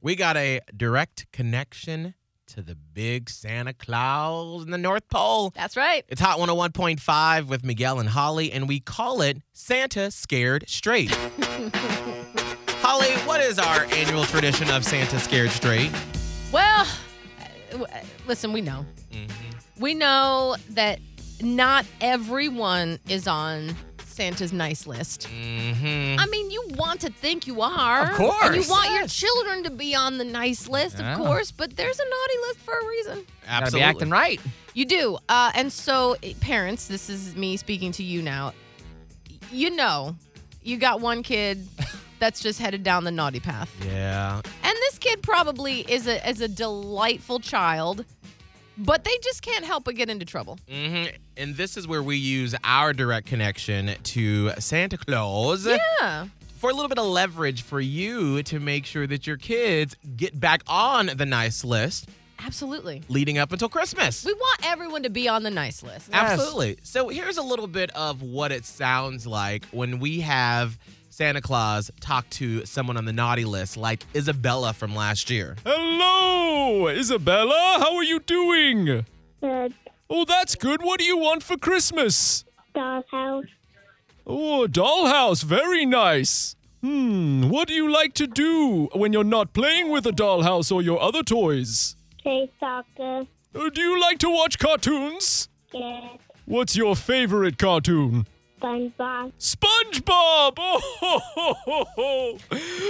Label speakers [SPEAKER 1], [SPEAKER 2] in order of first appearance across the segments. [SPEAKER 1] We got a direct connection to the big Santa Claus in the North Pole.
[SPEAKER 2] That's right.
[SPEAKER 1] It's Hot 101.5 with Miguel and Holly, and we call it Santa Scared Straight. Holly, what is our annual tradition of Santa Scared Straight?
[SPEAKER 2] Well, uh, w- uh, listen, we know.
[SPEAKER 3] Mm-hmm.
[SPEAKER 2] We know that not everyone is on Santa's nice list.
[SPEAKER 1] Mm-hmm.
[SPEAKER 2] I mean, you want to think you are.
[SPEAKER 1] Of course.
[SPEAKER 2] And you want your children to be on the nice list,
[SPEAKER 3] Yeah.
[SPEAKER 2] of course, but there's a naughty list for a reason.
[SPEAKER 3] Gotta be acting right.
[SPEAKER 2] You do. Uh, and so, eh, parents, this is me speaking to you now. You know, you got one kid that's just headed down the naughty path.
[SPEAKER 1] Yeah.
[SPEAKER 2] And this kid probably is a is a delightful child, but they just can't help but get into trouble.
[SPEAKER 1] hmm And this is where we use our direct connection to Santa Claus
[SPEAKER 2] Yeah.
[SPEAKER 1] for a little bit of leverage for you to make sure that your kids get back on the nice list
[SPEAKER 2] Absolutely.
[SPEAKER 1] leading up until Christmas.
[SPEAKER 2] We want everyone to be on the nice list.
[SPEAKER 3] Yes.
[SPEAKER 1] Absolutely. So here's a little bit of what it sounds like when we have Santa Claus talk to someone on the naughty list, like Isabella from last year.
[SPEAKER 4] Hello, Isabella. How are you doing?
[SPEAKER 5] The
[SPEAKER 4] Oh, that's good. What do you want for Christmas?
[SPEAKER 5] dollhouse,
[SPEAKER 4] Oh, a dollhouse. Very nice. Hmm, what do you like to do when you're not playing with a dollhouse or your other toys?
[SPEAKER 5] play soccer,
[SPEAKER 4] Uh, do you like to watch cartoons?
[SPEAKER 5] get
[SPEAKER 4] What's your favorite cartoon?
[SPEAKER 5] SpongeBob,
[SPEAKER 4] SpongeBob! Oh, ho, ho, ho, ho.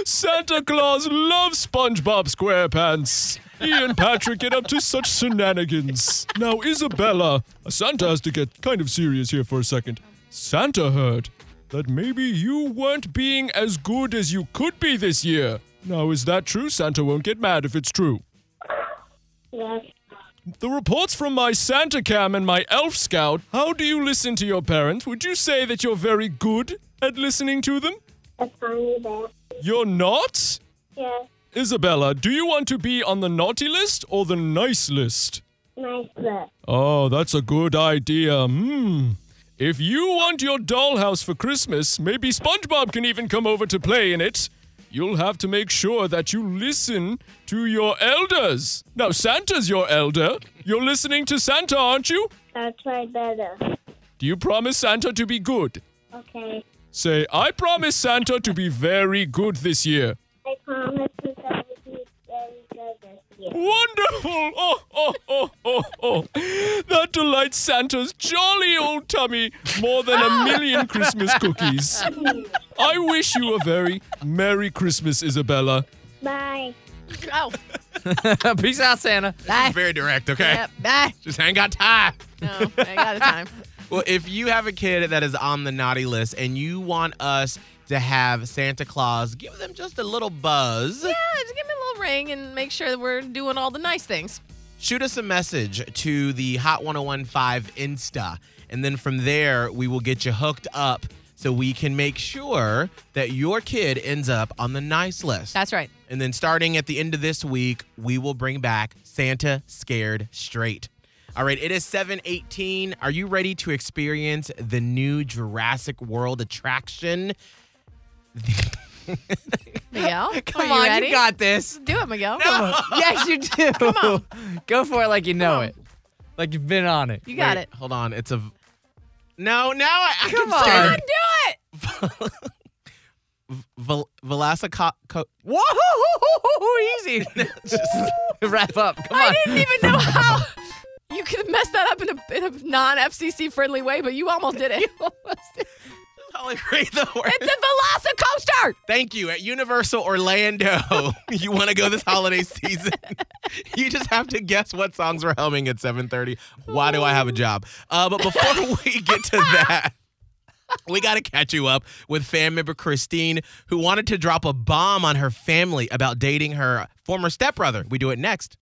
[SPEAKER 4] Santa Claus loves SpongeBob SquarePants. He and Patrick get up to such shenanigans. Now, Isabella, Santa has to get kind of serious here for a second. Santa heard that maybe you weren't being as good as you could be this year. Now, is that true? Santa won't get mad if it's true.
[SPEAKER 5] yes,
[SPEAKER 4] The reports from my Santa Cam and my Elf Scout. How do you listen to your parents? Would you say that you're very good at listening to them?
[SPEAKER 5] a tiny bear,
[SPEAKER 4] You're not?
[SPEAKER 5] yes,
[SPEAKER 4] Isabella, do you want to be on the naughty list or the nice list?
[SPEAKER 5] nice look,
[SPEAKER 4] Oh, that's a good idea. Hmm. If you want your dollhouse for Christmas, maybe SpongeBob can even come over to play in it. You'll have to make sure that you listen to your elders. Now, Santa's your elder. You're listening to Santa, aren't you?
[SPEAKER 5] I'll try better,
[SPEAKER 4] Do you promise Santa to be good?
[SPEAKER 5] okay,
[SPEAKER 4] Say, I promise Santa to be very good this year.
[SPEAKER 5] I promise you that will be very good this year,
[SPEAKER 4] Wonderful! Oh, oh, oh, oh, oh. That delights Santa's jolly old tummy more than a million Christmas cookies. I wish you a very Merry Christmas, Isabella.
[SPEAKER 5] bye.
[SPEAKER 2] Oh,
[SPEAKER 3] Peace out, Santa.
[SPEAKER 2] bye.
[SPEAKER 1] Very direct, okay?
[SPEAKER 2] Yep, bye.
[SPEAKER 1] Just ain't got time.
[SPEAKER 2] No, I got the time.
[SPEAKER 1] Well, if you have a kid that is on the naughty list and you want us to have Santa Claus give them just a little buzz,
[SPEAKER 2] Yeah, just give me a little ring and make sure that we're doing all the nice things.
[SPEAKER 1] shoot us a message to the Hot 1015 Insta. And then from there, we will get you hooked up so we can make sure that your kid ends up on the nice list.
[SPEAKER 2] That's right.
[SPEAKER 1] And then starting at the end of this week, we will bring back Santa Scared Straight. All right, it is 718. Are you ready to experience the new Jurassic World attraction?
[SPEAKER 2] Miguel,
[SPEAKER 3] Come
[SPEAKER 2] are
[SPEAKER 3] on,
[SPEAKER 2] you ready?
[SPEAKER 3] you got this.
[SPEAKER 2] Do it, Miguel.
[SPEAKER 3] yes, you do. Come on. Go for it like you know it. Like you've been on it.
[SPEAKER 2] You got
[SPEAKER 1] Wait,
[SPEAKER 2] it.
[SPEAKER 1] Hold on. It's a. v- No, no. I, I
[SPEAKER 3] Come on.
[SPEAKER 1] can
[SPEAKER 2] Do it.
[SPEAKER 1] Vel- Velocico- co-
[SPEAKER 3] Whoa, easy. Wrap up. Come on.
[SPEAKER 2] I didn't even know how you could mess that up in a, in a non FCC friendly way, but you almost did it.
[SPEAKER 1] Holy Grail, the word.
[SPEAKER 2] It's a Velocicoaster.
[SPEAKER 1] Thank you. At Universal Orlando, you want to go this holiday season. you just have to guess what songs we're humming at 7:30. Why do I have a job? Uh, but before we get to that, we got to catch you up with fan member Christine, who wanted to drop a bomb on her family about dating her former stepbrother. We do it next.